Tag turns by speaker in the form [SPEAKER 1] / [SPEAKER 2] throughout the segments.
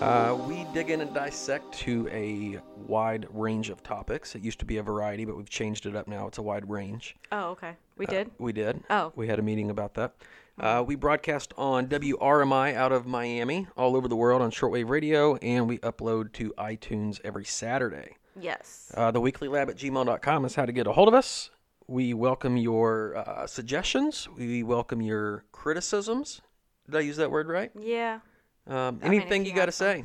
[SPEAKER 1] Uh, going to dissect to a wide range of topics. It used to be a variety, but we've changed it up now. It's a wide range.
[SPEAKER 2] Oh, okay.
[SPEAKER 1] Uh,
[SPEAKER 2] We did?
[SPEAKER 1] We did.
[SPEAKER 2] Oh.
[SPEAKER 1] We had a meeting about that. Uh, we broadcast on WRMI out of Miami, all over the world on shortwave radio, and we upload to iTunes every Saturday.
[SPEAKER 2] yes.
[SPEAKER 1] Uh, the weekly lab at gmail.com is how to get a hold of us. We welcome your uh, suggestions. We welcome your criticisms. Did I use that word right?
[SPEAKER 2] yeah.
[SPEAKER 1] Um,
[SPEAKER 2] mean, if
[SPEAKER 1] anything
[SPEAKER 2] you
[SPEAKER 1] you got to
[SPEAKER 2] have
[SPEAKER 1] say.
[SPEAKER 2] some.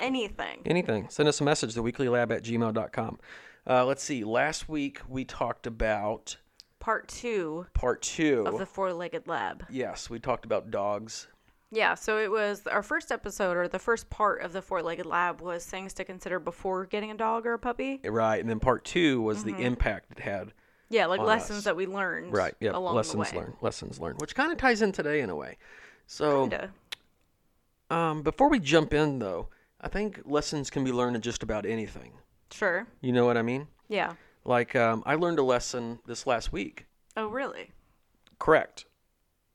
[SPEAKER 2] Anything.
[SPEAKER 1] anything send us a message the weeklylab at gmail.com uh, let's see last week we talked about
[SPEAKER 2] Part two
[SPEAKER 1] part two
[SPEAKER 2] of the four legged lab.
[SPEAKER 1] yes we talked about dogs
[SPEAKER 2] Yeah, so it was our first episode or the first part of the four legged lab was things to consider before getting a dog or a puppy.
[SPEAKER 1] right and then part two was
[SPEAKER 2] Mm-hmm.
[SPEAKER 1] the impact it had
[SPEAKER 2] Yeah, like lessons
[SPEAKER 1] us.
[SPEAKER 2] that we learned
[SPEAKER 1] Oh, right yeah
[SPEAKER 2] along
[SPEAKER 1] lessons
[SPEAKER 2] the way.
[SPEAKER 1] learned lessons learned which kind of ties in today in a way so
[SPEAKER 2] Kinda.
[SPEAKER 1] um, before we jump in though i think lessons can be learned in just about anything
[SPEAKER 2] Sure.
[SPEAKER 1] you know what i mean
[SPEAKER 2] Yeah.
[SPEAKER 1] like um, i learned a lesson this last week
[SPEAKER 2] Oh, really?
[SPEAKER 1] correct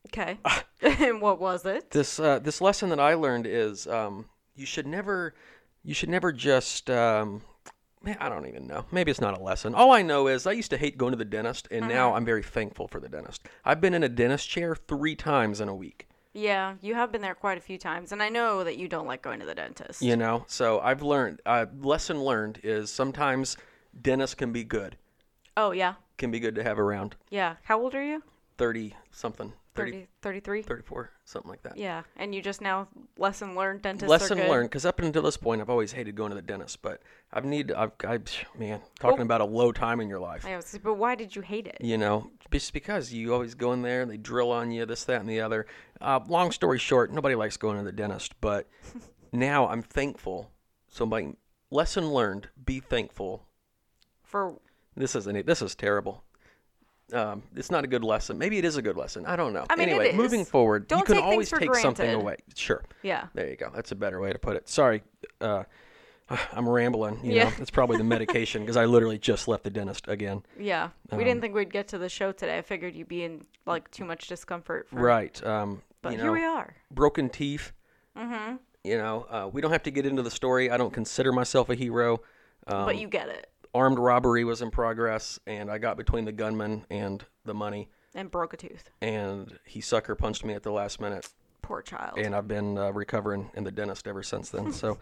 [SPEAKER 2] Okay. and what was it?
[SPEAKER 1] this uh, this lesson that I learned is um, you should never you should never just um, man, I don't even know. Maybe it's not a lesson. All I know is I used to hate going to the dentist, and now I'm very thankful for the dentist. I've been in a dentist chair three times in a week.
[SPEAKER 2] Yeah, you have been there quite a few times, and I know that you don't like going to the dentist.
[SPEAKER 1] You know, so I've learned. Uh, lesson learned is sometimes dentists can be good.
[SPEAKER 2] Oh, yeah.
[SPEAKER 1] Can be good to have around
[SPEAKER 2] Yeah. How old are you?
[SPEAKER 1] thirty something, 30,
[SPEAKER 2] 30, 33?
[SPEAKER 1] 34, something like that.
[SPEAKER 2] Yeah, and you just now lesson learned dentists
[SPEAKER 1] lesson
[SPEAKER 2] are good.
[SPEAKER 1] learned because up until this point i've always hated going to the dentist but i've need i've I, man talking about a low time in your life
[SPEAKER 2] Oh. I was, but why did you hate it?
[SPEAKER 1] you know just because you always go in there and they drill on you this that and the other uh, long story short nobody likes going to the dentist but now i'm thankful so my lesson learned be thankful
[SPEAKER 2] For
[SPEAKER 1] this isn't it this is terrible um, it's not a good lesson maybe it is a good lesson i don't know
[SPEAKER 2] I mean, it
[SPEAKER 1] anyway moving
[SPEAKER 2] is.
[SPEAKER 1] forward you
[SPEAKER 2] Don't
[SPEAKER 1] can
[SPEAKER 2] take things
[SPEAKER 1] always
[SPEAKER 2] for
[SPEAKER 1] take something
[SPEAKER 2] granted.
[SPEAKER 1] away sure
[SPEAKER 2] yeah,
[SPEAKER 1] there you go. That's a better way to put it. Sorry, uh, I'm rambling. You
[SPEAKER 2] Yeah.
[SPEAKER 1] know, it's probably the medication because I literally just left the dentist again.
[SPEAKER 2] yeah.
[SPEAKER 1] Um,
[SPEAKER 2] we didn't think we'd get to the show today. I figured you'd be in like too much discomfort. For,
[SPEAKER 1] Right. Um,
[SPEAKER 2] But
[SPEAKER 1] you
[SPEAKER 2] here
[SPEAKER 1] know,
[SPEAKER 2] we are.
[SPEAKER 1] broken teeth. Mm-hmm. You know, uh, we don't have to get into the story. I don't consider myself a hero. Um,
[SPEAKER 2] but you get it.
[SPEAKER 1] armed robbery was in progress, and I got between the gunman and the money,
[SPEAKER 2] And broke a tooth.
[SPEAKER 1] and he sucker punched me at the last minute.
[SPEAKER 2] Poor child.
[SPEAKER 1] and I've been uh, recovering in the dentist ever since then. So,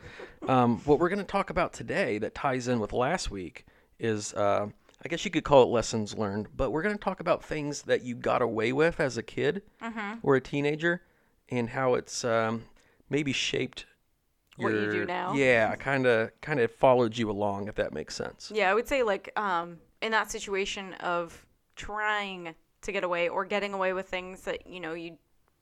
[SPEAKER 1] um, what we're going to talk about today that ties in with last week is, uh, I guess you could call it lessons learned, but we're going to talk about things that you got away with as a kid
[SPEAKER 2] Mm-hmm.
[SPEAKER 1] or a teenager, and how it's um, maybe shaped
[SPEAKER 2] What you do
[SPEAKER 1] your-
[SPEAKER 2] now?
[SPEAKER 1] Yeah, kind of, kind of followed you along, if that makes sense.
[SPEAKER 2] yeah, I would say like um in that situation of trying to get away or getting away with things that you know you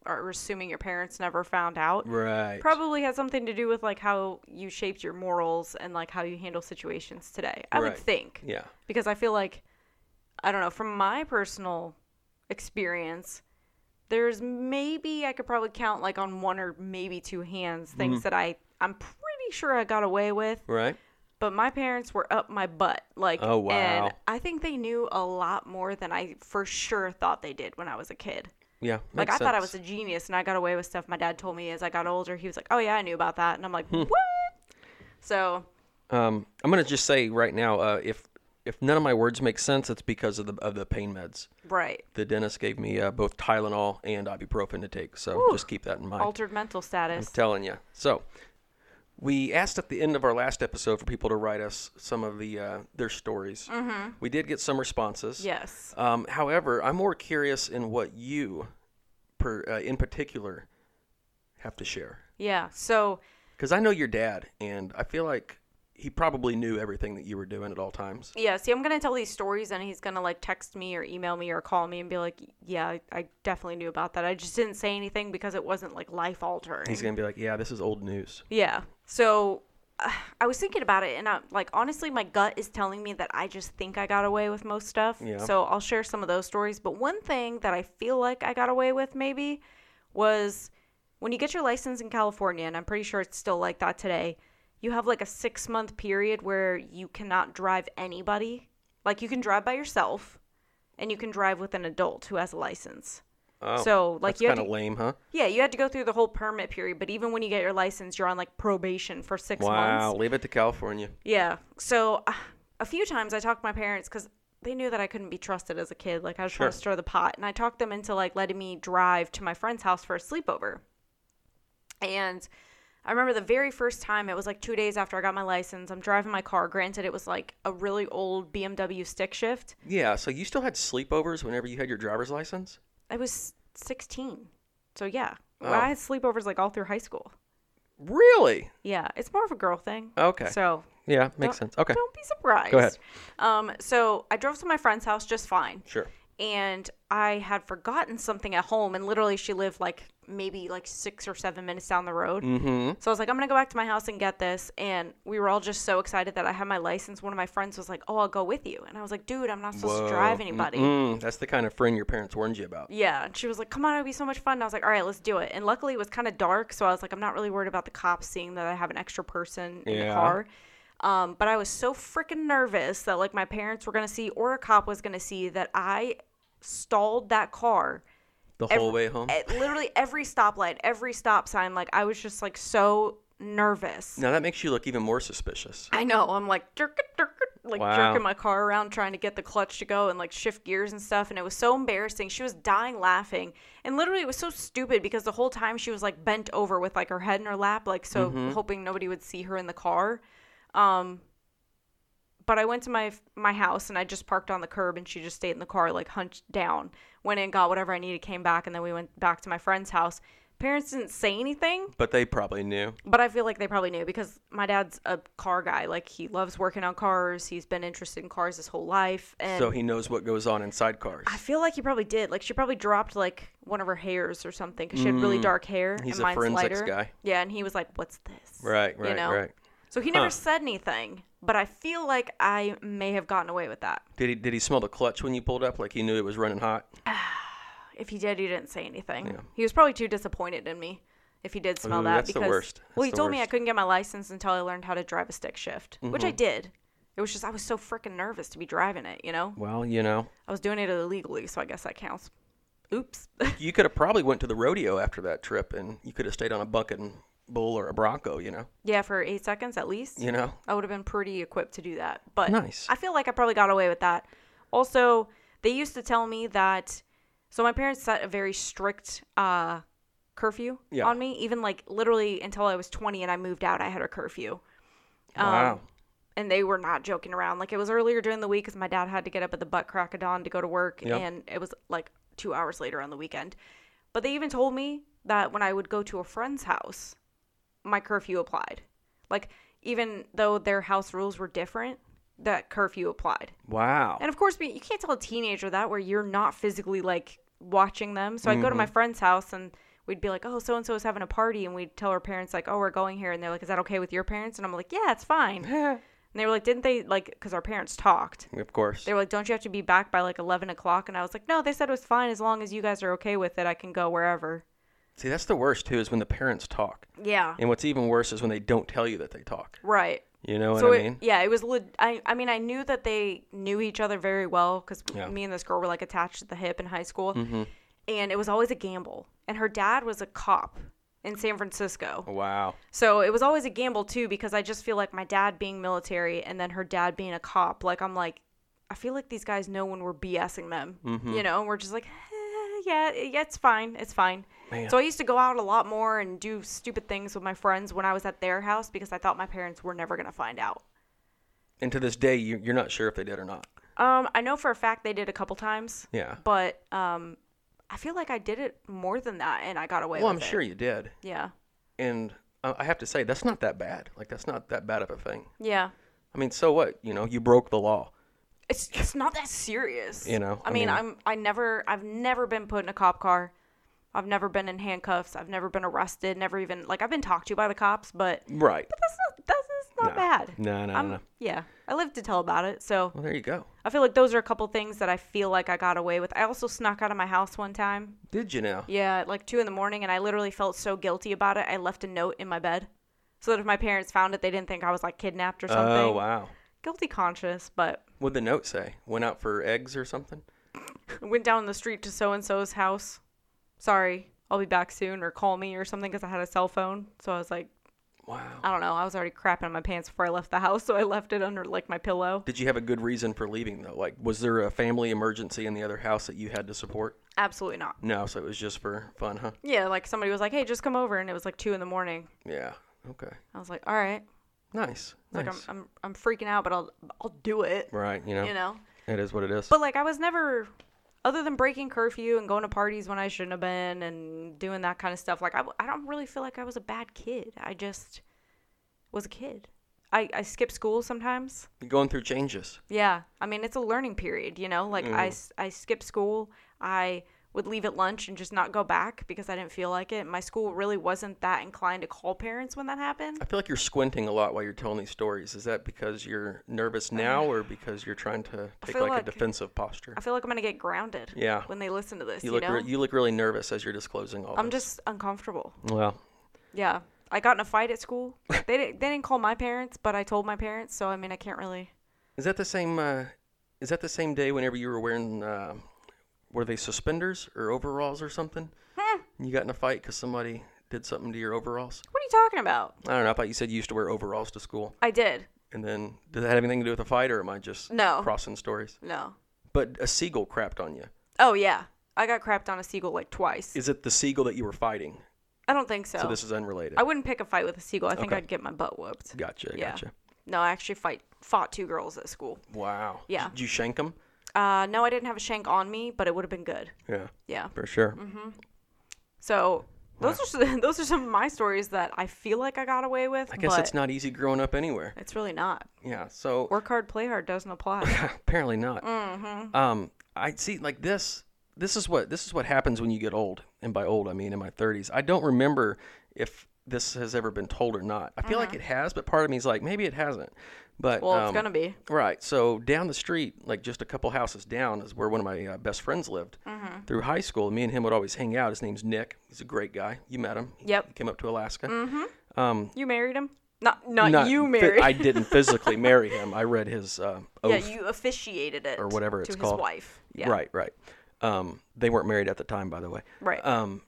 [SPEAKER 2] are assuming your parents never found out.
[SPEAKER 1] Right.
[SPEAKER 2] Probably has something to do with like how you shaped your morals and like how you handle situations today. I
[SPEAKER 1] Right.
[SPEAKER 2] would think.
[SPEAKER 1] Yeah.
[SPEAKER 2] because I feel like I don't know from my personal experience there's maybe I could probably count like on one or maybe two hands things
[SPEAKER 1] Mm-hmm.
[SPEAKER 2] that I I'm pretty sure I got away with
[SPEAKER 1] Right.
[SPEAKER 2] but my parents were up my butt like
[SPEAKER 1] Oh, wow.
[SPEAKER 2] and I think they knew a lot more than I for sure thought they did when I was a kid
[SPEAKER 1] Yeah.
[SPEAKER 2] like
[SPEAKER 1] makes
[SPEAKER 2] I thought I
[SPEAKER 1] sense.
[SPEAKER 2] was a genius and I got away with stuff my dad told me as I got older he was like oh yeah I knew about that and I'm like
[SPEAKER 1] Hmm.
[SPEAKER 2] what so
[SPEAKER 1] Um, I'm gonna just say right now, uh, if if none of my words make sense, it's because of the of the pain meds.
[SPEAKER 2] right
[SPEAKER 1] The dentist gave me uh, both Tylenol and ibuprofen to take, so just keep that in mind.
[SPEAKER 2] altered mental status
[SPEAKER 1] I'm telling you. So, we asked at the end of our last episode for people to write us some of the uh, their stories. Mm-hmm. We did get some responses.
[SPEAKER 2] yes
[SPEAKER 1] Um, however, I'm more curious in what you, per uh, in particular, have to share.
[SPEAKER 2] Yeah. So
[SPEAKER 1] Because I know your dad, and I feel like he probably knew everything that you were doing at all times.
[SPEAKER 2] yeah, see, I'm gonna tell these stories, and he's gonna like text me or email me or call me and be like, "Yeah, I, I definitely knew about that. I just didn't say anything because it wasn't like life altering."
[SPEAKER 1] He's gonna be like, "Yeah, this is old news."
[SPEAKER 2] Yeah. So uh, I was thinking about it, and I like honestly, my gut is telling me that I just think I got away with most stuff.
[SPEAKER 1] Yeah.
[SPEAKER 2] So I'll share some of those stories. But one thing that I feel like I got away with maybe was when you get your license in California, and I'm pretty sure it's still like that today. You have like a six month period where you cannot drive anybody. Like you can drive by yourself, and you can drive with an adult who has a license.
[SPEAKER 1] Oh,
[SPEAKER 2] so like
[SPEAKER 1] That's
[SPEAKER 2] you had
[SPEAKER 1] kind of
[SPEAKER 2] to,
[SPEAKER 1] lame, huh?
[SPEAKER 2] yeah, you had to go through the whole permit period, but even when you get your license, you're on like probation for 6 months.
[SPEAKER 1] Wow, leave it to California.
[SPEAKER 2] Yeah. So uh, a few times I talked to my parents because they knew that I couldn't be trusted as a kid. Like I just want to stir the pot, and I talked them into like letting me drive to my friend's house for a sleepover. And I remember the very first time it was like two days after I got my license. I'm driving my car. Granted, it was like a really old BMW stick shift.
[SPEAKER 1] Yeah, so you still had sleepovers whenever you had your driver's license?
[SPEAKER 2] I was 16, so yeah,
[SPEAKER 1] Oh.
[SPEAKER 2] I had sleepovers like all through high school.
[SPEAKER 1] Really?
[SPEAKER 2] Yeah, it's more of a girl thing.
[SPEAKER 1] Okay.
[SPEAKER 2] So
[SPEAKER 1] yeah, makes sense. Okay.
[SPEAKER 2] don't be surprised.
[SPEAKER 1] Go ahead.
[SPEAKER 2] Um, so I drove to my friend's house just fine.
[SPEAKER 1] Sure.
[SPEAKER 2] and I had forgotten something at home, and literally she lived like maybe like six or seven minutes down the road.
[SPEAKER 1] Mm-hmm.
[SPEAKER 2] So I was like, I'm gonna go back to my house and get this, and we were all just so excited that I had my license. One of my friends was like, "Oh, I'll go with you," and I was like, "Dude, I'm not supposed to drive anybody."
[SPEAKER 1] Mm, that's the kind of friend your parents warned you about.
[SPEAKER 2] Yeah, and she was like, "Come on, it'll be so much fun." And I was like, "All right, let's do it." And luckily, it was kind of dark, so I was like, "I'm not really worried about the cops seeing that I have an extra person in
[SPEAKER 1] Yeah.
[SPEAKER 2] the car." Um, but I was so freaking nervous that like my parents were gonna see or a cop was gonna see that I stalled that car
[SPEAKER 1] The whole way home.
[SPEAKER 2] at literally every stoplight, every stop sign. Like I was just like so nervous.
[SPEAKER 1] now that makes you look even more suspicious.
[SPEAKER 2] I know. I'm like jerk, it, jerk, it, like
[SPEAKER 1] Wow.
[SPEAKER 2] jerking my car around, trying to get the clutch to go and like shift gears and stuff. And it was so embarrassing. She was dying laughing, and literally it was so stupid because the whole time she was like bent over with like her head in her lap, like so hoping nobody would see her in the car. Um, but I went to my my house and I just parked on the curb, and she just stayed in the car like hunched down. Went in, got whatever I needed, came back, and then we went back to my friend's house. Parents didn't say anything.
[SPEAKER 1] But they probably knew.
[SPEAKER 2] But I feel like they probably knew because my dad's a car guy. Like he loves working on cars. He's been interested in cars his whole life. And
[SPEAKER 1] so he knows what goes on inside cars.
[SPEAKER 2] I feel like he probably did. Like she probably dropped like one of her hairs or something because she had really dark hair.
[SPEAKER 1] Mm. He's
[SPEAKER 2] and
[SPEAKER 1] a
[SPEAKER 2] mine's
[SPEAKER 1] forensics
[SPEAKER 2] lighter.
[SPEAKER 1] guy.
[SPEAKER 2] Yeah, and he was like, "What's this?"
[SPEAKER 1] Right, right,
[SPEAKER 2] you know?
[SPEAKER 1] right.
[SPEAKER 2] So he never said anything. But I feel like I may have gotten away with that.
[SPEAKER 1] Did he did he smell the clutch when you pulled up like he knew it was running hot?
[SPEAKER 2] If he did, he didn't say anything. He was probably too disappointed in me. If he did smell
[SPEAKER 1] Ooh,
[SPEAKER 2] that,
[SPEAKER 1] that's the
[SPEAKER 2] because
[SPEAKER 1] worst.
[SPEAKER 2] well,
[SPEAKER 1] That's
[SPEAKER 2] he
[SPEAKER 1] the
[SPEAKER 2] told me I
[SPEAKER 1] worst. Mm-hmm.
[SPEAKER 2] couldn't get my license until I learned how to drive a stick shift, which I did. It was just I was so freaking nervous to be driving it. You know,
[SPEAKER 1] Well, you know,
[SPEAKER 2] I was doing it illegally, so I guess that counts. Oops.
[SPEAKER 1] you could have probably went to the rodeo after that trip and you could have stayed on a bucking bull or a bronco, you know.
[SPEAKER 2] yeah, for eight seconds at least,
[SPEAKER 1] You know.
[SPEAKER 2] I would have been pretty equipped to do that. But
[SPEAKER 1] Nice.
[SPEAKER 2] I feel like I probably got away with that. Also, they used to tell me that. So my parents set a very strict uh, curfew
[SPEAKER 1] Yeah.
[SPEAKER 2] on me. Even like literally until I was 20 and I moved out, I had a curfew. Um,
[SPEAKER 1] wow.
[SPEAKER 2] and they were not joking around. Like it was earlier during the week because my dad had to get up at the butt crack of dawn to go to work,
[SPEAKER 1] Yeah.
[SPEAKER 2] and it was like two hours later on the weekend. But they even told me that when I would go to a friend's house, my curfew applied. Like even though their house rules were different, that curfew applied.
[SPEAKER 1] Wow.
[SPEAKER 2] And of course, we- you can't tell a teenager that where you're not physically like watching them. So I'd go to my friend's house and we'd be like, "Oh, so and so is having a party," and we'd tell our parents like, "Oh, we're going here," and they're like, "Is that okay with your parents?" And I'm like, "Yeah, it's fine." And they were like, didn't they like? Because our parents talked.
[SPEAKER 1] of course.
[SPEAKER 2] They were like, don't you have to be back by like eleven o'clock? And I was like, no, they said it was fine as long as you guys are okay with it. I can go wherever.
[SPEAKER 1] See, that's the worst too is when the parents talk.
[SPEAKER 2] Yeah.
[SPEAKER 1] And what's even worse is when they don't tell you that they talk.
[SPEAKER 2] Right.
[SPEAKER 1] You know what
[SPEAKER 2] So
[SPEAKER 1] I
[SPEAKER 2] it,
[SPEAKER 1] mean?
[SPEAKER 2] yeah, it was. Le- I I mean, I knew that they knew each other very well because
[SPEAKER 1] Yeah. Mm-hmm.
[SPEAKER 2] me and this girl were like attached at the hip in high school, and it was always a gamble. And her dad was a cop in San Francisco.
[SPEAKER 1] Wow.
[SPEAKER 2] So it was always a gamble too because I just feel like my dad being military and then her dad being a cop, like I'm like, I feel like these guys know when we're BSing them,
[SPEAKER 1] Mm-hmm.
[SPEAKER 2] you know, and we're just like, eh, yeah, yeah, it's fine, it's fine.
[SPEAKER 1] Man.
[SPEAKER 2] So I used to go out a lot more and do stupid things with my friends when I was at their house because I thought my parents were never gonna find out.
[SPEAKER 1] And to this day, you, you're not sure if they did or not.
[SPEAKER 2] Um, I know for a fact they did a couple times,
[SPEAKER 1] Yeah.
[SPEAKER 2] but um, I feel like I did it more than that and I got away.
[SPEAKER 1] Well, I'm
[SPEAKER 2] with
[SPEAKER 1] sure
[SPEAKER 2] It.
[SPEAKER 1] you did.
[SPEAKER 2] Yeah,
[SPEAKER 1] And I I have to say, that's not that bad. Like, that's not that bad of a thing.
[SPEAKER 2] yeah.
[SPEAKER 1] I mean, so what? You know, you broke the law.
[SPEAKER 2] it's it's not that serious.
[SPEAKER 1] You know,
[SPEAKER 2] I,
[SPEAKER 1] I
[SPEAKER 2] mean,
[SPEAKER 1] mean-
[SPEAKER 2] I'm I never I've never been put in a cop car. I've never been in handcuffs. I've never been arrested. Never even like I've been talked to by the cops, but
[SPEAKER 1] Right.
[SPEAKER 2] that's not that's, that's not
[SPEAKER 1] No.
[SPEAKER 2] bad.
[SPEAKER 1] No, no,
[SPEAKER 2] I'm,
[SPEAKER 1] no.
[SPEAKER 2] Yeah, I live to tell about it. So
[SPEAKER 1] Well, there you go.
[SPEAKER 2] I feel like those are a couple things that I feel like I got away with. I also snuck out of my house one time.
[SPEAKER 1] Did you now?
[SPEAKER 2] Yeah, at like two in the morning, and I literally felt so guilty about it. I left a note in my bed, so that if my parents found it, they didn't think I was like kidnapped or something.
[SPEAKER 1] Oh, wow.
[SPEAKER 2] Guilty conscious, but
[SPEAKER 1] What'd the note say? Went out for eggs or something?
[SPEAKER 2] went down the street to so and so's house. sorry, I'll be back soon or call me or something because I had a cell phone. So I was like,
[SPEAKER 1] Wow.
[SPEAKER 2] I don't know. I was already crapping in my pants before I left the house. So I left it under like my pillow.
[SPEAKER 1] Did you have a good reason for leaving though? Like, was there a family emergency in the other house that you had to support?
[SPEAKER 2] Absolutely not.
[SPEAKER 1] No, so it was just for fun, huh?
[SPEAKER 2] Yeah, like somebody was like, hey, just come over. And it was like two in the morning.
[SPEAKER 1] Yeah. Okay.
[SPEAKER 2] I was like, all right.
[SPEAKER 1] Nice.
[SPEAKER 2] It's
[SPEAKER 1] Nice.
[SPEAKER 2] Like I'm, I'm, I'm freaking out, but I'll, I'll do it.
[SPEAKER 1] right. You know,
[SPEAKER 2] You know?
[SPEAKER 1] it is what it is.
[SPEAKER 2] But like I was never other than breaking curfew and going to parties when I shouldn't have been and doing that kind of stuff. Like I, w- I don't really feel like I was a bad kid. I just was a kid. I, I skip school sometimes.
[SPEAKER 1] You're going through changes.
[SPEAKER 2] Yeah. I mean, it's a learning period, you know? Like
[SPEAKER 1] Mm.
[SPEAKER 2] I, s- I skip school. I would leave at lunch and just not go back because I didn't feel like it. My school really wasn't that inclined to call parents when that happened.
[SPEAKER 1] I feel like you're squinting a lot while you're telling these stories. Is that because you're nervous now, or because you're trying to take
[SPEAKER 2] Uh, feel
[SPEAKER 1] like,
[SPEAKER 2] like-
[SPEAKER 1] a defensive posture?
[SPEAKER 2] I feel like I'm going to get grounded
[SPEAKER 1] Yeah.
[SPEAKER 2] when they listen to this,
[SPEAKER 1] You
[SPEAKER 2] you,
[SPEAKER 1] look
[SPEAKER 2] know?
[SPEAKER 1] re- you look really nervous as you're disclosing all.
[SPEAKER 2] I'm
[SPEAKER 1] this.
[SPEAKER 2] just uncomfortable.
[SPEAKER 1] well.
[SPEAKER 2] Yeah. I got in a fight at school. They didn't they didn't call my parents, but I told my parents, so I mean I can't really
[SPEAKER 1] Is that the same? Uh, is that the same day whenever you were wearing? Uh, were they suspenders or overalls or something?
[SPEAKER 2] Hmm.
[SPEAKER 1] And You got in a fight because somebody did something to your overalls.
[SPEAKER 2] What are you talking about?
[SPEAKER 1] I don't know. I thought you said you used to wear overalls to school.
[SPEAKER 2] I did.
[SPEAKER 1] And then, did that have anything to do with the fight, or am I just
[SPEAKER 2] No.
[SPEAKER 1] crossing stories?
[SPEAKER 2] No.
[SPEAKER 1] But a seagull crapped on you.
[SPEAKER 2] Oh yeah. I got crapped on a seagull like twice.
[SPEAKER 1] Is it the seagull that you were fighting?
[SPEAKER 2] I don't think so.
[SPEAKER 1] So this is unrelated.
[SPEAKER 2] I wouldn't pick a fight with a seagull. I think
[SPEAKER 1] Okay.
[SPEAKER 2] I'd get my butt whooped.
[SPEAKER 1] gotcha.
[SPEAKER 2] Yeah.
[SPEAKER 1] Gotcha.
[SPEAKER 2] No, I actually fight fought two girls at school.
[SPEAKER 1] Wow.
[SPEAKER 2] Yeah.
[SPEAKER 1] Did you shank him?
[SPEAKER 2] Uh no, I didn't have a shank on me, but it would have been good.
[SPEAKER 1] Yeah,
[SPEAKER 2] Yeah.
[SPEAKER 1] for sure.
[SPEAKER 2] Mm-hmm. So those are s- those are some of my stories that I feel like I got away with.
[SPEAKER 1] I guess
[SPEAKER 2] but
[SPEAKER 1] it's not easy growing up anywhere.
[SPEAKER 2] It's really not.
[SPEAKER 1] Yeah. So
[SPEAKER 2] Work hard, play hard doesn't apply.
[SPEAKER 1] apparently not.
[SPEAKER 2] Mm-hmm.
[SPEAKER 1] Um, I see. Like this. This is what this is what happens when you get old, and by old I mean in my 30s. I don't remember if this has ever been told or not. I feel like it has, but part of me is like maybe it hasn't. But
[SPEAKER 2] Mm-hmm. Well, it's
[SPEAKER 1] um,
[SPEAKER 2] gonna be.
[SPEAKER 1] Right. So down the street, like just a couple houses down, is where one of my uh, best friends lived
[SPEAKER 2] Mm-hmm.
[SPEAKER 1] through high school. Me and him would always hang out. His name's Nick. He's a great guy. You met him.
[SPEAKER 2] Yep.
[SPEAKER 1] He came up to Alaska.
[SPEAKER 2] You married him? Not not,
[SPEAKER 1] Not
[SPEAKER 2] you
[SPEAKER 1] phy-
[SPEAKER 2] married.
[SPEAKER 1] I didn't physically marry him. I read his uh,
[SPEAKER 2] yeah,
[SPEAKER 1] oath.
[SPEAKER 2] you officiated it
[SPEAKER 1] or whatever
[SPEAKER 2] to
[SPEAKER 1] it's
[SPEAKER 2] his
[SPEAKER 1] called.
[SPEAKER 2] wife. Yeah.
[SPEAKER 1] Right. Right. Um, they weren't married at the time, by the way.
[SPEAKER 2] Right.
[SPEAKER 1] Um,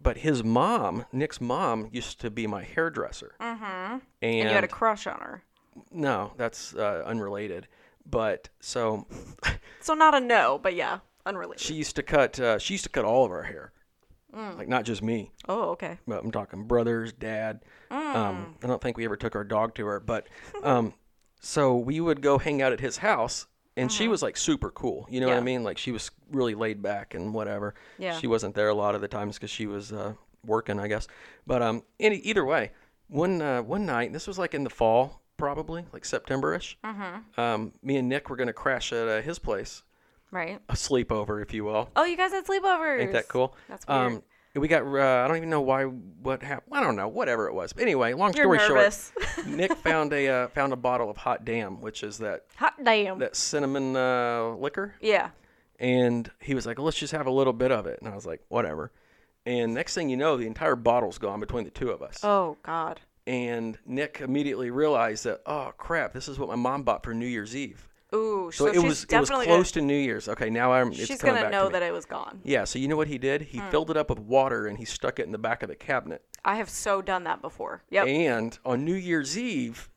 [SPEAKER 1] but his mom, Nick's mom, used to be my hairdresser. Mm-hmm. And,
[SPEAKER 2] and you had a crush on her.
[SPEAKER 1] no, that's uh, unrelated. But so
[SPEAKER 2] So not a no, but yeah, unrelated.
[SPEAKER 1] she used to cut. Uh, she used to cut all of our hair,
[SPEAKER 2] Mm.
[SPEAKER 1] like not just me.
[SPEAKER 2] oh, okay.
[SPEAKER 1] But I'm talking brothers, dad. Um,
[SPEAKER 2] Mm.
[SPEAKER 1] I don't think we ever took our dog to her, but um, so we would go hang out at his house, and she was like super cool. You know what I
[SPEAKER 2] Uh-huh. Yeah.
[SPEAKER 1] mean? Like she was really laid back and whatever.
[SPEAKER 2] Yeah.
[SPEAKER 1] She wasn't there a lot of the times because she was uh, working, I guess. But um, any either way, one uh, one night, this was like in the fall, probably like September-ish.
[SPEAKER 2] Mm-hmm.
[SPEAKER 1] Um, me and Nick were gonna crash at uh, his place,
[SPEAKER 2] Right.
[SPEAKER 1] a sleepover, if you will.
[SPEAKER 2] Oh, you guys had sleepovers.
[SPEAKER 1] Ain't that cool?
[SPEAKER 2] That's weird.
[SPEAKER 1] Um, we got. Uh, I don't even know why. What happened? I don't know. Whatever it was. But anyway, long
[SPEAKER 2] You're
[SPEAKER 1] story
[SPEAKER 2] nervous.
[SPEAKER 1] short, Nick found a uh, found a bottle of hot damn, which is that
[SPEAKER 2] Hot damn.
[SPEAKER 1] that cinnamon uh, liquor,
[SPEAKER 2] yeah.
[SPEAKER 1] and he was like, "Let's just have a little bit of it." And I was like, "Whatever." And next thing you know, the entire bottle's gone between the two of us.
[SPEAKER 2] Oh God.
[SPEAKER 1] And Nick immediately realized that, oh crap, this is what my mom bought for New Year's Eve.
[SPEAKER 2] Ooh.
[SPEAKER 1] So, it
[SPEAKER 2] she's
[SPEAKER 1] was it was
[SPEAKER 2] definitely
[SPEAKER 1] close to New Year's. Okay, now I'm.
[SPEAKER 2] Gonna,
[SPEAKER 1] It's
[SPEAKER 2] she's
[SPEAKER 1] coming
[SPEAKER 2] gonna
[SPEAKER 1] back to
[SPEAKER 2] know
[SPEAKER 1] me.
[SPEAKER 2] that it was gone.
[SPEAKER 1] Yeah, so you know what he did? He
[SPEAKER 2] Hmm.
[SPEAKER 1] filled it up with water and he stuck it in the back of the cabinet.
[SPEAKER 2] I have so done that before. Yep.
[SPEAKER 1] And on New Year's Eve,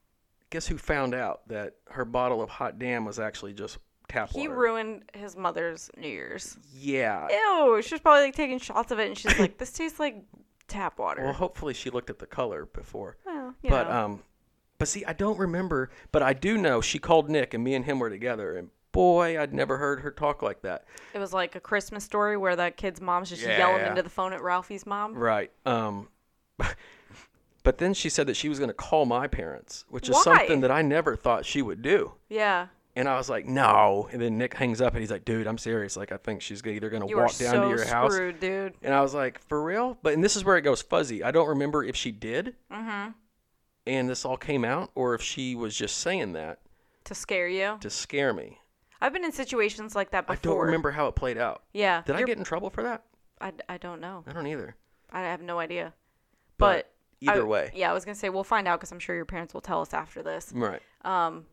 [SPEAKER 1] guess who found out that her bottle of hot damn was actually just tap
[SPEAKER 2] he
[SPEAKER 1] water?
[SPEAKER 2] ruined his mother's New Year's.
[SPEAKER 1] yeah.
[SPEAKER 2] Ew. She was probably like taking shots of it, and she's like, "This tastes like tap water."
[SPEAKER 1] Well, hopefully she looked at the color before.
[SPEAKER 2] Well, you
[SPEAKER 1] But
[SPEAKER 2] know.
[SPEAKER 1] um but see, I don't remember, but I do know she called Nick and me and him were together and boy, I'd never heard her talk like that.
[SPEAKER 2] It was like a Christmas story where that kid's mom's just
[SPEAKER 1] Yeah,
[SPEAKER 2] yelling
[SPEAKER 1] yeah.
[SPEAKER 2] into the phone at Ralphie's mom.
[SPEAKER 1] Right. Um but then she said that she was going to call my parents, which is
[SPEAKER 2] Why?
[SPEAKER 1] something that I never thought she would do.
[SPEAKER 2] Yeah.
[SPEAKER 1] And I was like, no. And then Nick hangs up and he's like, dude, I'm serious. Like, I think she's g- either going to
[SPEAKER 2] You are
[SPEAKER 1] walk down
[SPEAKER 2] so
[SPEAKER 1] to your house.
[SPEAKER 2] screwed, dude.
[SPEAKER 1] And I was like, for real? But, and this is where it goes fuzzy. I don't remember if she did.
[SPEAKER 2] Mm-hmm.
[SPEAKER 1] And this all came out or if she was just saying that
[SPEAKER 2] To scare you.
[SPEAKER 1] to scare me.
[SPEAKER 2] I've been in situations like that
[SPEAKER 1] I
[SPEAKER 2] before.
[SPEAKER 1] don't remember how it played out.
[SPEAKER 2] Yeah.
[SPEAKER 1] Did I
[SPEAKER 2] you're-
[SPEAKER 1] get in trouble for that?
[SPEAKER 2] I, I don't know.
[SPEAKER 1] I don't either.
[SPEAKER 2] I have no idea.
[SPEAKER 1] But
[SPEAKER 2] But,
[SPEAKER 1] either
[SPEAKER 2] I-
[SPEAKER 1] way.
[SPEAKER 2] Yeah, I was going to say, we'll find out because I'm sure your parents will tell us after this.
[SPEAKER 1] Right.
[SPEAKER 2] Um,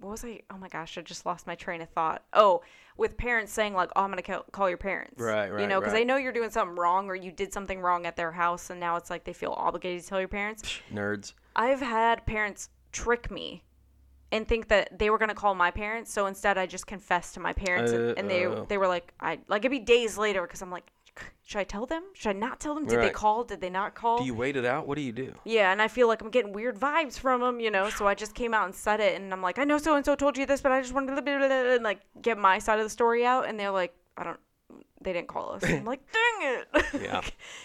[SPEAKER 2] what was I? Oh my gosh, I just lost my train of thought. Oh, with parents saying like, "Oh, I'm gonna ca- call your parents,"
[SPEAKER 1] Right,
[SPEAKER 2] You
[SPEAKER 1] right,
[SPEAKER 2] know, because
[SPEAKER 1] right.
[SPEAKER 2] they know you're doing something wrong or you did something wrong at their house, and now it's like they feel obligated to tell your parents.
[SPEAKER 1] Nerds.
[SPEAKER 2] I've had parents trick me and think that they were gonna call my parents, so instead I just confessed to my parents,
[SPEAKER 1] Uh,
[SPEAKER 2] and, and they
[SPEAKER 1] oh.
[SPEAKER 2] they were like, "I like it'd be days later," because I'm like, "Should I tell them? Should I not tell them? Did they
[SPEAKER 1] Right.
[SPEAKER 2] call? Did they not call?"
[SPEAKER 1] Do you wait it out? What do you do?
[SPEAKER 2] Yeah, and I feel like I'm getting weird vibes from him, you know. So I just came out and said it, and I'm like, I know so and so told you this, but I just wanted to blah, blah, blah, and like get my side of the story out, and they're like, I don't, they didn't call us. I'm like, dang it!
[SPEAKER 1] Yeah.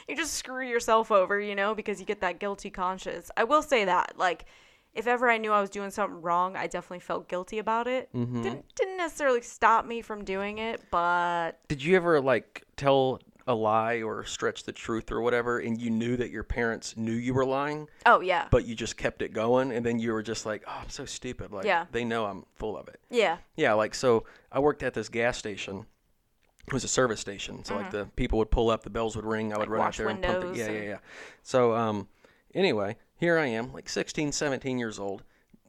[SPEAKER 2] you just screw yourself over, you know, because you get that guilty conscience. I will say that, like, if ever I knew I was doing something wrong, I definitely felt guilty about it.
[SPEAKER 1] Mm-hmm.
[SPEAKER 2] Didn't didn't necessarily stop me from doing it, but
[SPEAKER 1] Did you ever like tell a lie or stretch the truth or whatever, and you knew that your parents knew you were lying,
[SPEAKER 2] oh yeah,
[SPEAKER 1] but you just kept it going, and then you were just like, "Oh, I'm so stupid." Like,
[SPEAKER 2] Yeah.
[SPEAKER 1] they know I'm full of it.
[SPEAKER 2] yeah,
[SPEAKER 1] Yeah, like so I worked at this gas station. It was a service station. So like the people would pull up, the bells would ring, I would run out
[SPEAKER 2] Mm-hmm. wash
[SPEAKER 1] there and pump it.
[SPEAKER 2] windows
[SPEAKER 1] Yeah, yeah,
[SPEAKER 2] and-
[SPEAKER 1] yeah. So um anyway, here I am, like 16, 17 years old.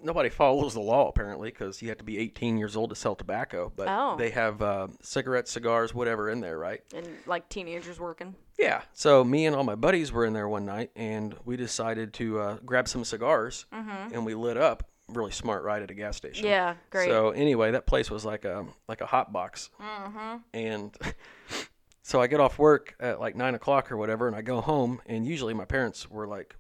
[SPEAKER 1] Nobody follows the law apparently because you have to be 18 years old to sell tobacco, but
[SPEAKER 2] Oh.
[SPEAKER 1] they have uh, cigarettes, cigars, whatever in there, right?
[SPEAKER 2] and like teenagers working.
[SPEAKER 1] Yeah. So me and all my buddies were in there one night, and we decided to uh, grab some cigars, and we lit up. Really smart ride at a gas station.
[SPEAKER 2] Mm-hmm. Yeah, great. Mm.
[SPEAKER 1] So anyway, that place was like a like a hot box, mm-hmm. and so I get off work at like nine o'clock or whatever, and I go home, and usually my parents were like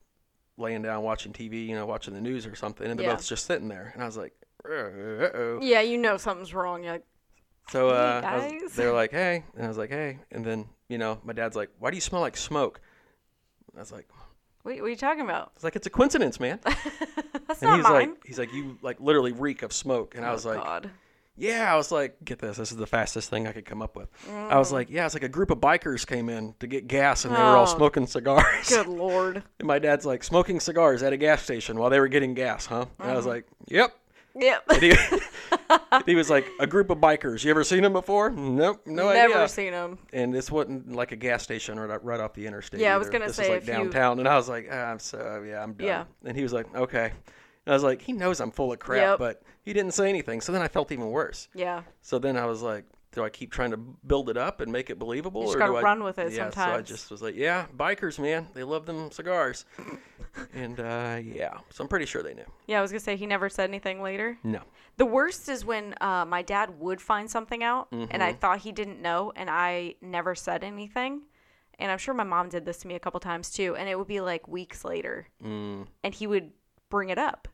[SPEAKER 1] laying down watching TV, you know, watching the news or something, and they're
[SPEAKER 2] Yeah.
[SPEAKER 1] both just sitting there, and I was like, uh oh.
[SPEAKER 2] Yeah, you know something's wrong. You're like,
[SPEAKER 1] So uh, I was-
[SPEAKER 2] guys.
[SPEAKER 1] they were like, "Hey," and I was like, "Hey," and then you know, my dad's like, "Why do you smell like smoke?" I was like,
[SPEAKER 2] Wait, what are you talking about?
[SPEAKER 1] "It's like it's a coincidence, man."
[SPEAKER 2] That's
[SPEAKER 1] And
[SPEAKER 2] not
[SPEAKER 1] he's
[SPEAKER 2] mine. Oh,
[SPEAKER 1] like, "He's like, you like literally reek of smoke," and I was like,
[SPEAKER 2] God.
[SPEAKER 1] "Yeah," I was like, "Get this, this is the fastest thing I could come up with." I
[SPEAKER 2] Mm.
[SPEAKER 1] was like, "Yeah," it's like a group of bikers came in to get gas, and they were all
[SPEAKER 2] Oh.
[SPEAKER 1] smoking cigars.
[SPEAKER 2] Good lord.
[SPEAKER 1] And my dad's like, "Smoking cigars at a gas station while they were getting gas, huh?" And
[SPEAKER 2] Mm-hmm.
[SPEAKER 1] I was like, "Yep."
[SPEAKER 2] Yep.
[SPEAKER 1] And he, he was like, "A group of bikers. You ever seen them before?" Nope, no idea
[SPEAKER 2] Never seen him.
[SPEAKER 1] and this wasn't like a gas station right, right off the interstate.
[SPEAKER 2] Yeah, I was
[SPEAKER 1] either.
[SPEAKER 2] gonna
[SPEAKER 1] this
[SPEAKER 2] say
[SPEAKER 1] was like
[SPEAKER 2] if you-
[SPEAKER 1] downtown, and I was like, ah, I'm so yeah, I'm done.
[SPEAKER 2] Yeah.
[SPEAKER 1] And he was like, okay. And I was like, he knows I'm full of crap,
[SPEAKER 2] Yep.
[SPEAKER 1] but he didn't say anything. So then I felt even worse.
[SPEAKER 2] Yeah.
[SPEAKER 1] So then I was like, do I keep trying to build it up and make it believable,
[SPEAKER 2] just
[SPEAKER 1] or
[SPEAKER 2] gotta
[SPEAKER 1] do I
[SPEAKER 2] run with it
[SPEAKER 1] Yeah. So I
[SPEAKER 2] sometimes.
[SPEAKER 1] just was like, yeah, bikers, man, they love them cigars, and uh, yeah. So I'm pretty sure they knew.
[SPEAKER 2] Yeah, I was gonna say he never said anything later.
[SPEAKER 1] No.
[SPEAKER 2] The worst is when uh, my dad would find something out and
[SPEAKER 1] Mm-hmm.
[SPEAKER 2] I thought he didn't know and I never said anything. And I'm sure my mom did this to me a couple times too. And it would be like weeks later
[SPEAKER 1] Mm.
[SPEAKER 2] and he would bring it up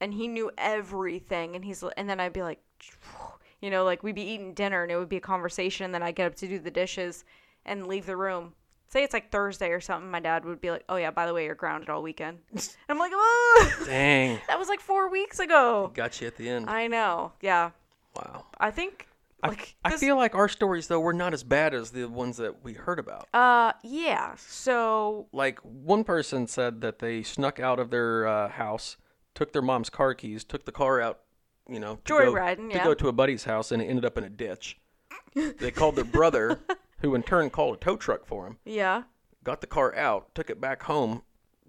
[SPEAKER 2] and he knew everything. And he's, and then I'd be like, you know, like we'd be eating dinner and it would be a conversation. And then I'd get up to do the dishes and leave the room. Say it's like Thursday or something. My dad would be like, oh yeah, by the way, you're grounded all weekend. And I'm like, oh,
[SPEAKER 1] Dang.
[SPEAKER 2] that was like four weeks ago.
[SPEAKER 1] Got you at the end.
[SPEAKER 2] I know. Yeah.
[SPEAKER 1] wow.
[SPEAKER 2] I think
[SPEAKER 1] I-
[SPEAKER 2] like
[SPEAKER 1] I
[SPEAKER 2] this,
[SPEAKER 1] feel like our stories though were not as bad as the ones that we heard about.
[SPEAKER 2] uh yeah. So
[SPEAKER 1] like one person said that they snuck out of their uh, house, took their mom's car keys, took the car out, you know, to go,
[SPEAKER 2] Joyriding,
[SPEAKER 1] to
[SPEAKER 2] yeah.
[SPEAKER 1] go to a buddy's house, and it ended up in a ditch. they called their brother, who in turn called a tow truck for him.
[SPEAKER 2] yeah.
[SPEAKER 1] Got the car out, took it back home.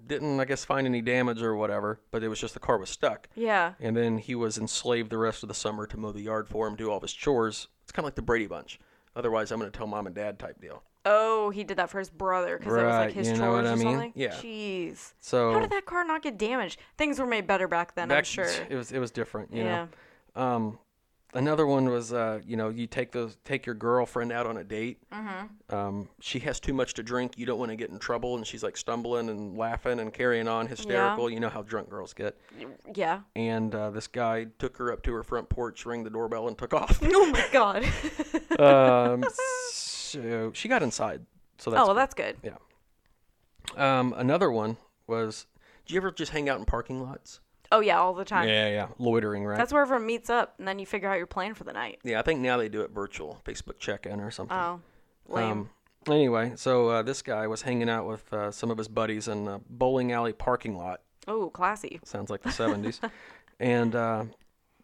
[SPEAKER 1] Didn't I guess find any damage or whatever, but it was just the car was stuck.
[SPEAKER 2] Yeah.
[SPEAKER 1] And then he was enslaved the rest of the summer to mow the yard for him, do all of his chores. It's kind of like the Brady Bunch. Otherwise, I'm going to tell mom and dad type deal.
[SPEAKER 2] Oh, he did that for his brother because it was
[SPEAKER 1] Right,
[SPEAKER 2] like his
[SPEAKER 1] you know
[SPEAKER 2] chores
[SPEAKER 1] what I
[SPEAKER 2] or
[SPEAKER 1] mean?
[SPEAKER 2] something.
[SPEAKER 1] Yeah.
[SPEAKER 2] Jeez.
[SPEAKER 1] So
[SPEAKER 2] How did that car not get damaged? Things were made better back then, I'm
[SPEAKER 1] Oh. Back-
[SPEAKER 2] sure.
[SPEAKER 1] It was it was different, you
[SPEAKER 2] Yeah.
[SPEAKER 1] know. Um, another one was uh, you know, you take those take your girlfriend out on a date.
[SPEAKER 2] Mm-hmm.
[SPEAKER 1] Um, she has too much to drink. You don't want to get in trouble, and she's like stumbling and laughing and carrying on, hysterical. You know how drunk girls get.
[SPEAKER 2] Yeah.
[SPEAKER 1] And uh, this guy took her up to her front porch, rang the doorbell, and took off.
[SPEAKER 2] Oh my god.
[SPEAKER 1] um, so she got inside. So that's
[SPEAKER 2] oh, well, that's good.
[SPEAKER 1] um, another one was. Do you ever just hang out in parking lots?
[SPEAKER 2] Oh yeah, all the time.
[SPEAKER 1] yeah, yeah. Loitering, right?
[SPEAKER 2] That's where everyone meets up and then you figure out your plan for the night.
[SPEAKER 1] yeah, I think now they do it virtual, Facebook check-in or something.
[SPEAKER 2] Oh. Lame.
[SPEAKER 1] Um, anyway, so uh, this guy was hanging out with uh, some of his buddies in a bowling alley parking lot.
[SPEAKER 2] oh, classy.
[SPEAKER 1] Sounds like the 70s. and uh,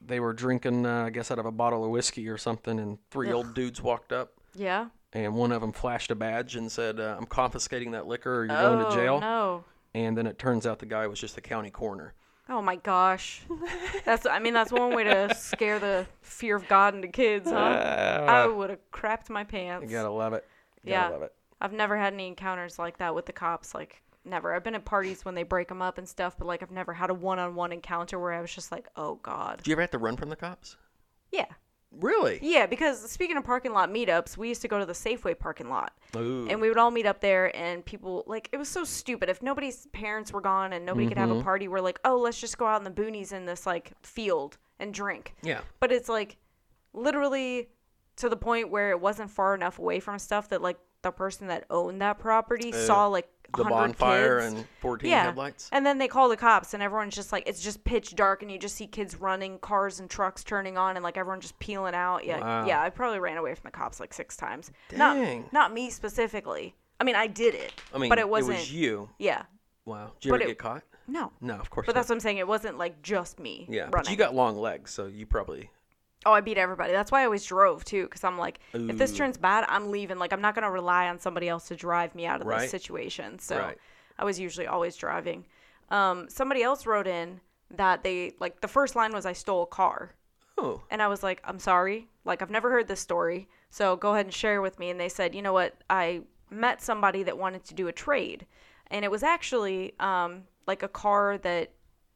[SPEAKER 1] they were drinking, uh, I guess, out of a bottle of whiskey or something. And three old dudes walked up,
[SPEAKER 2] Yeah.
[SPEAKER 1] and one of them flashed a badge and said, uh, I'm confiscating that liquor or you're
[SPEAKER 2] oh
[SPEAKER 1] going to jail.
[SPEAKER 2] no.
[SPEAKER 1] And then it turns out the guy was just the county coroner.
[SPEAKER 2] Oh my gosh. That's I mean that's one way to scare the fear of God into kids, huh? I
[SPEAKER 1] Ah,
[SPEAKER 2] would have crapped my pants.
[SPEAKER 1] you gotta love it. You gotta
[SPEAKER 2] Yeah.
[SPEAKER 1] love it.
[SPEAKER 2] I've never had any encounters like that with the cops. Like, never. I've been at parties when they break them up and stuff, but like, I've never had a one on one encounter where I was just like, oh God.
[SPEAKER 1] Do you ever have to run from the cops?
[SPEAKER 2] Yeah.
[SPEAKER 1] Really?
[SPEAKER 2] Yeah, because speaking of parking lot meetups, we used to go to the Safeway parking lot
[SPEAKER 1] Ooh.
[SPEAKER 2] and we would all meet up there and people like it was so stupid if nobody's parents were gone and nobody could have
[SPEAKER 1] Mm-hmm.
[SPEAKER 2] a party we're like oh let's just go out in the boonies in this like field and drink
[SPEAKER 1] Yeah.
[SPEAKER 2] but it's like literally to the point where it wasn't far enough away from stuff that like the person that owned that property saw like
[SPEAKER 1] Uh, The
[SPEAKER 2] 100
[SPEAKER 1] bonfire
[SPEAKER 2] kids.
[SPEAKER 1] and 14
[SPEAKER 2] yeah
[SPEAKER 1] headlights.
[SPEAKER 2] and then they call the cops and everyone's just like it's just pitch dark and you just see kids running cars and trucks turning on and like everyone just peeling out yeah
[SPEAKER 1] Wow.
[SPEAKER 2] yeah i probably ran away from the cops like six times
[SPEAKER 1] Dang.
[SPEAKER 2] not not me specifically i mean i did it
[SPEAKER 1] I mean,
[SPEAKER 2] but it wasn't
[SPEAKER 1] was you.
[SPEAKER 2] yeah
[SPEAKER 1] Wow. Did you
[SPEAKER 2] But
[SPEAKER 1] ever get
[SPEAKER 2] it-
[SPEAKER 1] caught?
[SPEAKER 2] no
[SPEAKER 1] No, of course
[SPEAKER 2] but
[SPEAKER 1] not.
[SPEAKER 2] that's what i'm saying it wasn't like just me
[SPEAKER 1] yeah, but
[SPEAKER 2] running.
[SPEAKER 1] you got long legs, so you probably.
[SPEAKER 2] Oh, I beat everybody. That's why I always drove too, because I'm like, if this
[SPEAKER 1] Ooh.
[SPEAKER 2] turns bad, I'm leaving. Like, I'm not gonna rely on somebody else to drive me out of
[SPEAKER 1] Right.
[SPEAKER 2] this situation. So,
[SPEAKER 1] Right.
[SPEAKER 2] I was usually always driving. Um, somebody else wrote in that they like the first line was I stole a car,
[SPEAKER 1] Oh,
[SPEAKER 2] and I was like, I'm sorry. Like, I've never heard this story. So go ahead and share with me. And they said, you know what? I met somebody that wanted to do a trade. And it was actually um, like a car that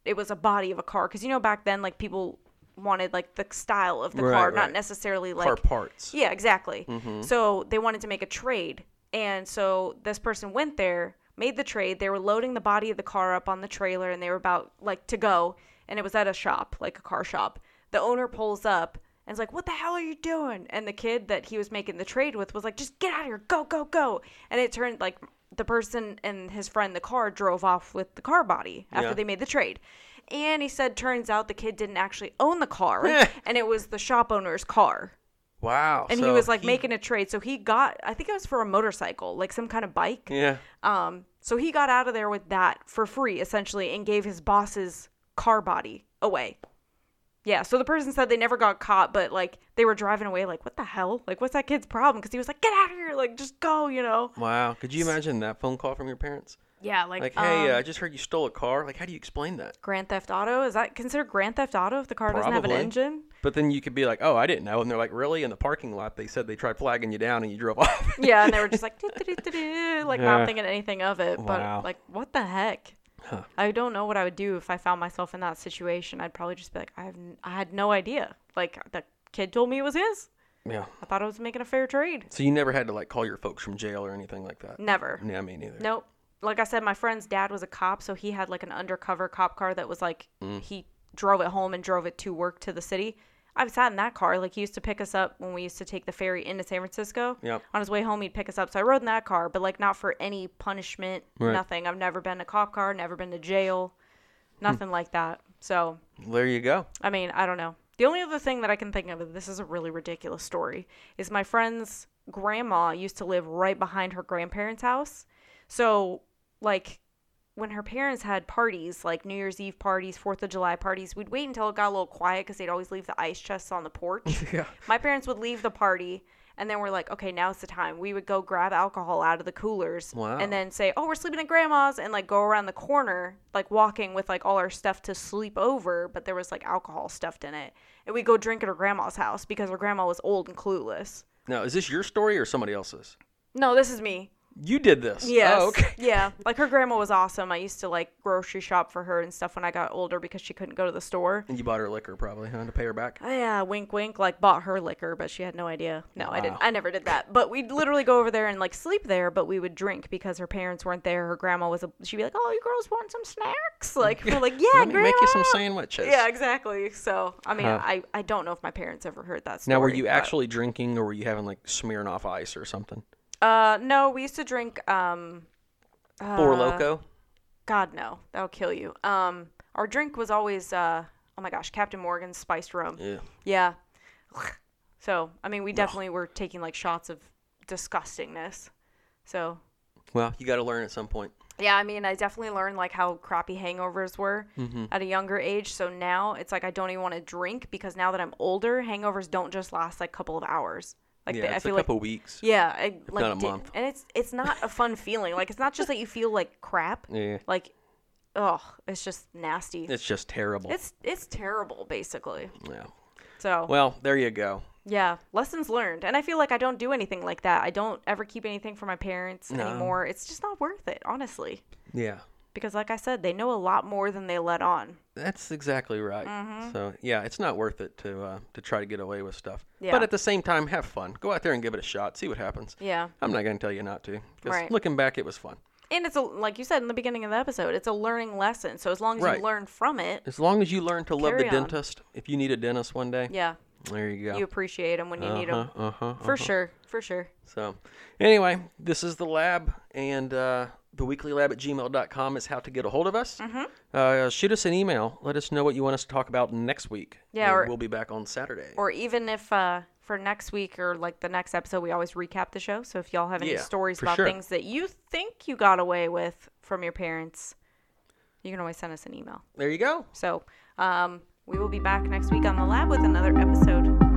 [SPEAKER 2] it was a body of a car. Cause you know, back then, like people wanted like the style of the
[SPEAKER 1] Right,
[SPEAKER 2] car,
[SPEAKER 1] right.
[SPEAKER 2] not necessarily like.
[SPEAKER 1] car parts.
[SPEAKER 2] Yeah, exactly. So they wanted to make a trade. And so this person went there, made the trade. They were loading the body of the car up on the trailer and they were about like to go. And it was at a shop, like a car shop. The owner pulls up and is like, What the hell are you doing? And the kid that he was making the trade with was like, Just get out of here. Go, go, go. And it turned like the person and his friend, the car, drove off with the car body after
[SPEAKER 1] Yeah.
[SPEAKER 2] they made the trade. And he said, Turns out the kid didn't actually own the car, and it was the shop owner's car
[SPEAKER 1] Wow.
[SPEAKER 2] and he
[SPEAKER 1] so
[SPEAKER 2] was like
[SPEAKER 1] he-
[SPEAKER 2] making a trade so he got i think it was for a motorcycle like some kind of bike
[SPEAKER 1] Yeah.
[SPEAKER 2] um so he got out of there with that for free essentially and gave his boss's car body away yeah so the person said they never got caught but like they were driving away like what the hell like what's that kid's problem because he was like get out of here like just go you know
[SPEAKER 1] Wow. Could you imagine that phone call from your parents?
[SPEAKER 2] yeah like,
[SPEAKER 1] Like, hey,
[SPEAKER 2] um,
[SPEAKER 1] uh, I just heard you stole a car. Like, how do you explain that?
[SPEAKER 2] grand theft auto is that considered grand theft auto if the car doesn't have an
[SPEAKER 1] Probably.
[SPEAKER 2] engine
[SPEAKER 1] But then you could be like, oh, I didn't know. And they're like, really? In the parking lot, they said they tried flagging you down and you drove off.
[SPEAKER 2] yeah and they were just like "Doo, doo, doo, doo, doo," like
[SPEAKER 1] Yeah.
[SPEAKER 2] not thinking anything of it
[SPEAKER 1] Wow.
[SPEAKER 2] but like what the heck
[SPEAKER 1] Huh.
[SPEAKER 2] i don't know what i would do if i found myself in that situation i'd probably just be like i have n- i had no idea like the kid told me it was his
[SPEAKER 1] yeah.
[SPEAKER 2] i thought i was making a fair trade
[SPEAKER 1] So you never had to like call your folks from jail or anything like that?
[SPEAKER 2] never
[SPEAKER 1] Yeah, me neither.
[SPEAKER 2] nope like i said my friend's dad was a cop so he had like an undercover cop car that was like
[SPEAKER 1] Mm.
[SPEAKER 2] he drove it home and drove it to work to the city i've sat in that car like he used to pick us up when we used to take the ferry into san francisco
[SPEAKER 1] Yep.
[SPEAKER 2] on his way home he'd pick us up so i rode in that car but like not for any punishment
[SPEAKER 1] Right.
[SPEAKER 2] nothing i've never been to cop car never been to jail nothing like that so
[SPEAKER 1] There you go.
[SPEAKER 2] I mean, I don't know. The only other thing that I can think of, and this is a really ridiculous story, is my friend's grandma used to live right behind her grandparents' house. So, like, when her parents had parties, like New Year's Eve parties, Fourth of July parties, we'd wait until it got a little quiet because they'd always leave the ice chests on the porch.
[SPEAKER 1] Yeah.
[SPEAKER 2] my parents would leave the party, and then we're like, okay, now's the time. We would go grab alcohol out of the coolers,
[SPEAKER 1] Wow.
[SPEAKER 2] and then say, oh, we're sleeping at grandma's, and like go around the corner, like walking with like all our stuff to sleep over, but there was like alcohol stuffed in it, and we go drink at her grandma's house because her grandma was old and clueless.
[SPEAKER 1] Now, is this your story or somebody else's?
[SPEAKER 2] No, this is me.
[SPEAKER 1] You did this.
[SPEAKER 2] Yes.
[SPEAKER 1] Oh, okay.
[SPEAKER 2] Yeah. Like her grandma was awesome. I used to like grocery shop for her and stuff when I got older because she couldn't go to the store.
[SPEAKER 1] And you bought her liquor probably, huh? To pay her back.
[SPEAKER 2] Yeah, uh, wink, wink. Like bought her liquor, but she had no idea. No, I didn't.
[SPEAKER 1] Wow.
[SPEAKER 2] I never did that. But we'd literally go over there and like sleep there, but we would drink because her parents weren't there. Her grandma was. A, she'd be like, "Oh, you girls want some snacks?" Like we're like, "Yeah,
[SPEAKER 1] Mm. Let me
[SPEAKER 2] grandma."
[SPEAKER 1] make you some sandwiches.
[SPEAKER 2] yeah, exactly. So I mean,
[SPEAKER 1] Huh.
[SPEAKER 2] I I don't know if my parents ever heard that. Story,
[SPEAKER 1] Now, were you
[SPEAKER 2] but-
[SPEAKER 1] actually drinking or were you having like smearing off ice or something?
[SPEAKER 2] Uh, no. We used to drink. Um, Uh,
[SPEAKER 1] Four Loco?
[SPEAKER 2] God no, that'll kill you. Um, our drink was always uh, oh my gosh, Captain Morgan's spiced rum.
[SPEAKER 1] Yeah.
[SPEAKER 2] Yeah. So, I mean, we definitely were taking like shots of disgustingness. So,
[SPEAKER 1] Well, you got to learn at some point.
[SPEAKER 2] yeah, I mean, I definitely learned like how crappy hangovers were
[SPEAKER 1] Mm-hmm.
[SPEAKER 2] at a younger age. So now it's like I don't even want to drink because now that I'm older, hangovers don't just last like a couple of hours. Like
[SPEAKER 1] yeah,
[SPEAKER 2] they, I
[SPEAKER 1] it's
[SPEAKER 2] feel
[SPEAKER 1] a
[SPEAKER 2] like
[SPEAKER 1] couple weeks.
[SPEAKER 2] yeah, I, like
[SPEAKER 1] not a
[SPEAKER 2] di-
[SPEAKER 1] month.
[SPEAKER 2] and it's it's not a fun feeling. Like it's not just that you feel like crap.
[SPEAKER 1] Yeah.
[SPEAKER 2] Like ugh, it's just nasty.
[SPEAKER 1] It's just terrible.
[SPEAKER 2] It's it's terrible basically.
[SPEAKER 1] yeah.
[SPEAKER 2] So
[SPEAKER 1] Well, there you go.
[SPEAKER 2] yeah, lessons learned. And I feel like I don't do anything like that. I don't ever keep anything for my parents
[SPEAKER 1] No.
[SPEAKER 2] anymore. It's just not worth it, honestly.
[SPEAKER 1] Yeah.
[SPEAKER 2] Because like I said, they know a lot more than they let on.
[SPEAKER 1] That's exactly right.
[SPEAKER 2] Mm-hmm.
[SPEAKER 1] So yeah, it's not worth it to uh, to try to get away with stuff.
[SPEAKER 2] Yeah.
[SPEAKER 1] But at the same time, have fun. Go out there and give it a shot. See what happens.
[SPEAKER 2] Yeah.
[SPEAKER 1] I'm not going to tell you not to. 'cause
[SPEAKER 2] Right.
[SPEAKER 1] looking back, it was fun.
[SPEAKER 2] And it's a like you said in the beginning of the episode, it's a learning lesson. So as long as
[SPEAKER 1] Right.
[SPEAKER 2] you learn from it,
[SPEAKER 1] As long as you learn to love
[SPEAKER 2] Carry
[SPEAKER 1] the
[SPEAKER 2] on.
[SPEAKER 1] dentist, if you need a dentist one day,
[SPEAKER 2] yeah,
[SPEAKER 1] there you go.
[SPEAKER 2] you appreciate them when you need 'em. need them.
[SPEAKER 1] Uh huh.
[SPEAKER 2] For sure, for sure.
[SPEAKER 1] So, anyway, this is the lab, and uh, the weekly lab at gmail.com is how to get a hold of us. Mm-hmm. Uh, shoot us an email. Let us know what you want us to talk about next week.
[SPEAKER 2] Yeah,
[SPEAKER 1] And
[SPEAKER 2] or-
[SPEAKER 1] we'll be back on Saturday.
[SPEAKER 2] Or even if uh, for next week or like the next episode, we always recap the show. So if y'all have any
[SPEAKER 1] Yeah,
[SPEAKER 2] stories
[SPEAKER 1] for
[SPEAKER 2] about
[SPEAKER 1] sure.
[SPEAKER 2] things that you think you got away with from your parents, you can always send us an email.
[SPEAKER 1] there you go.
[SPEAKER 2] So um, we will be back next week on the lab with another episode.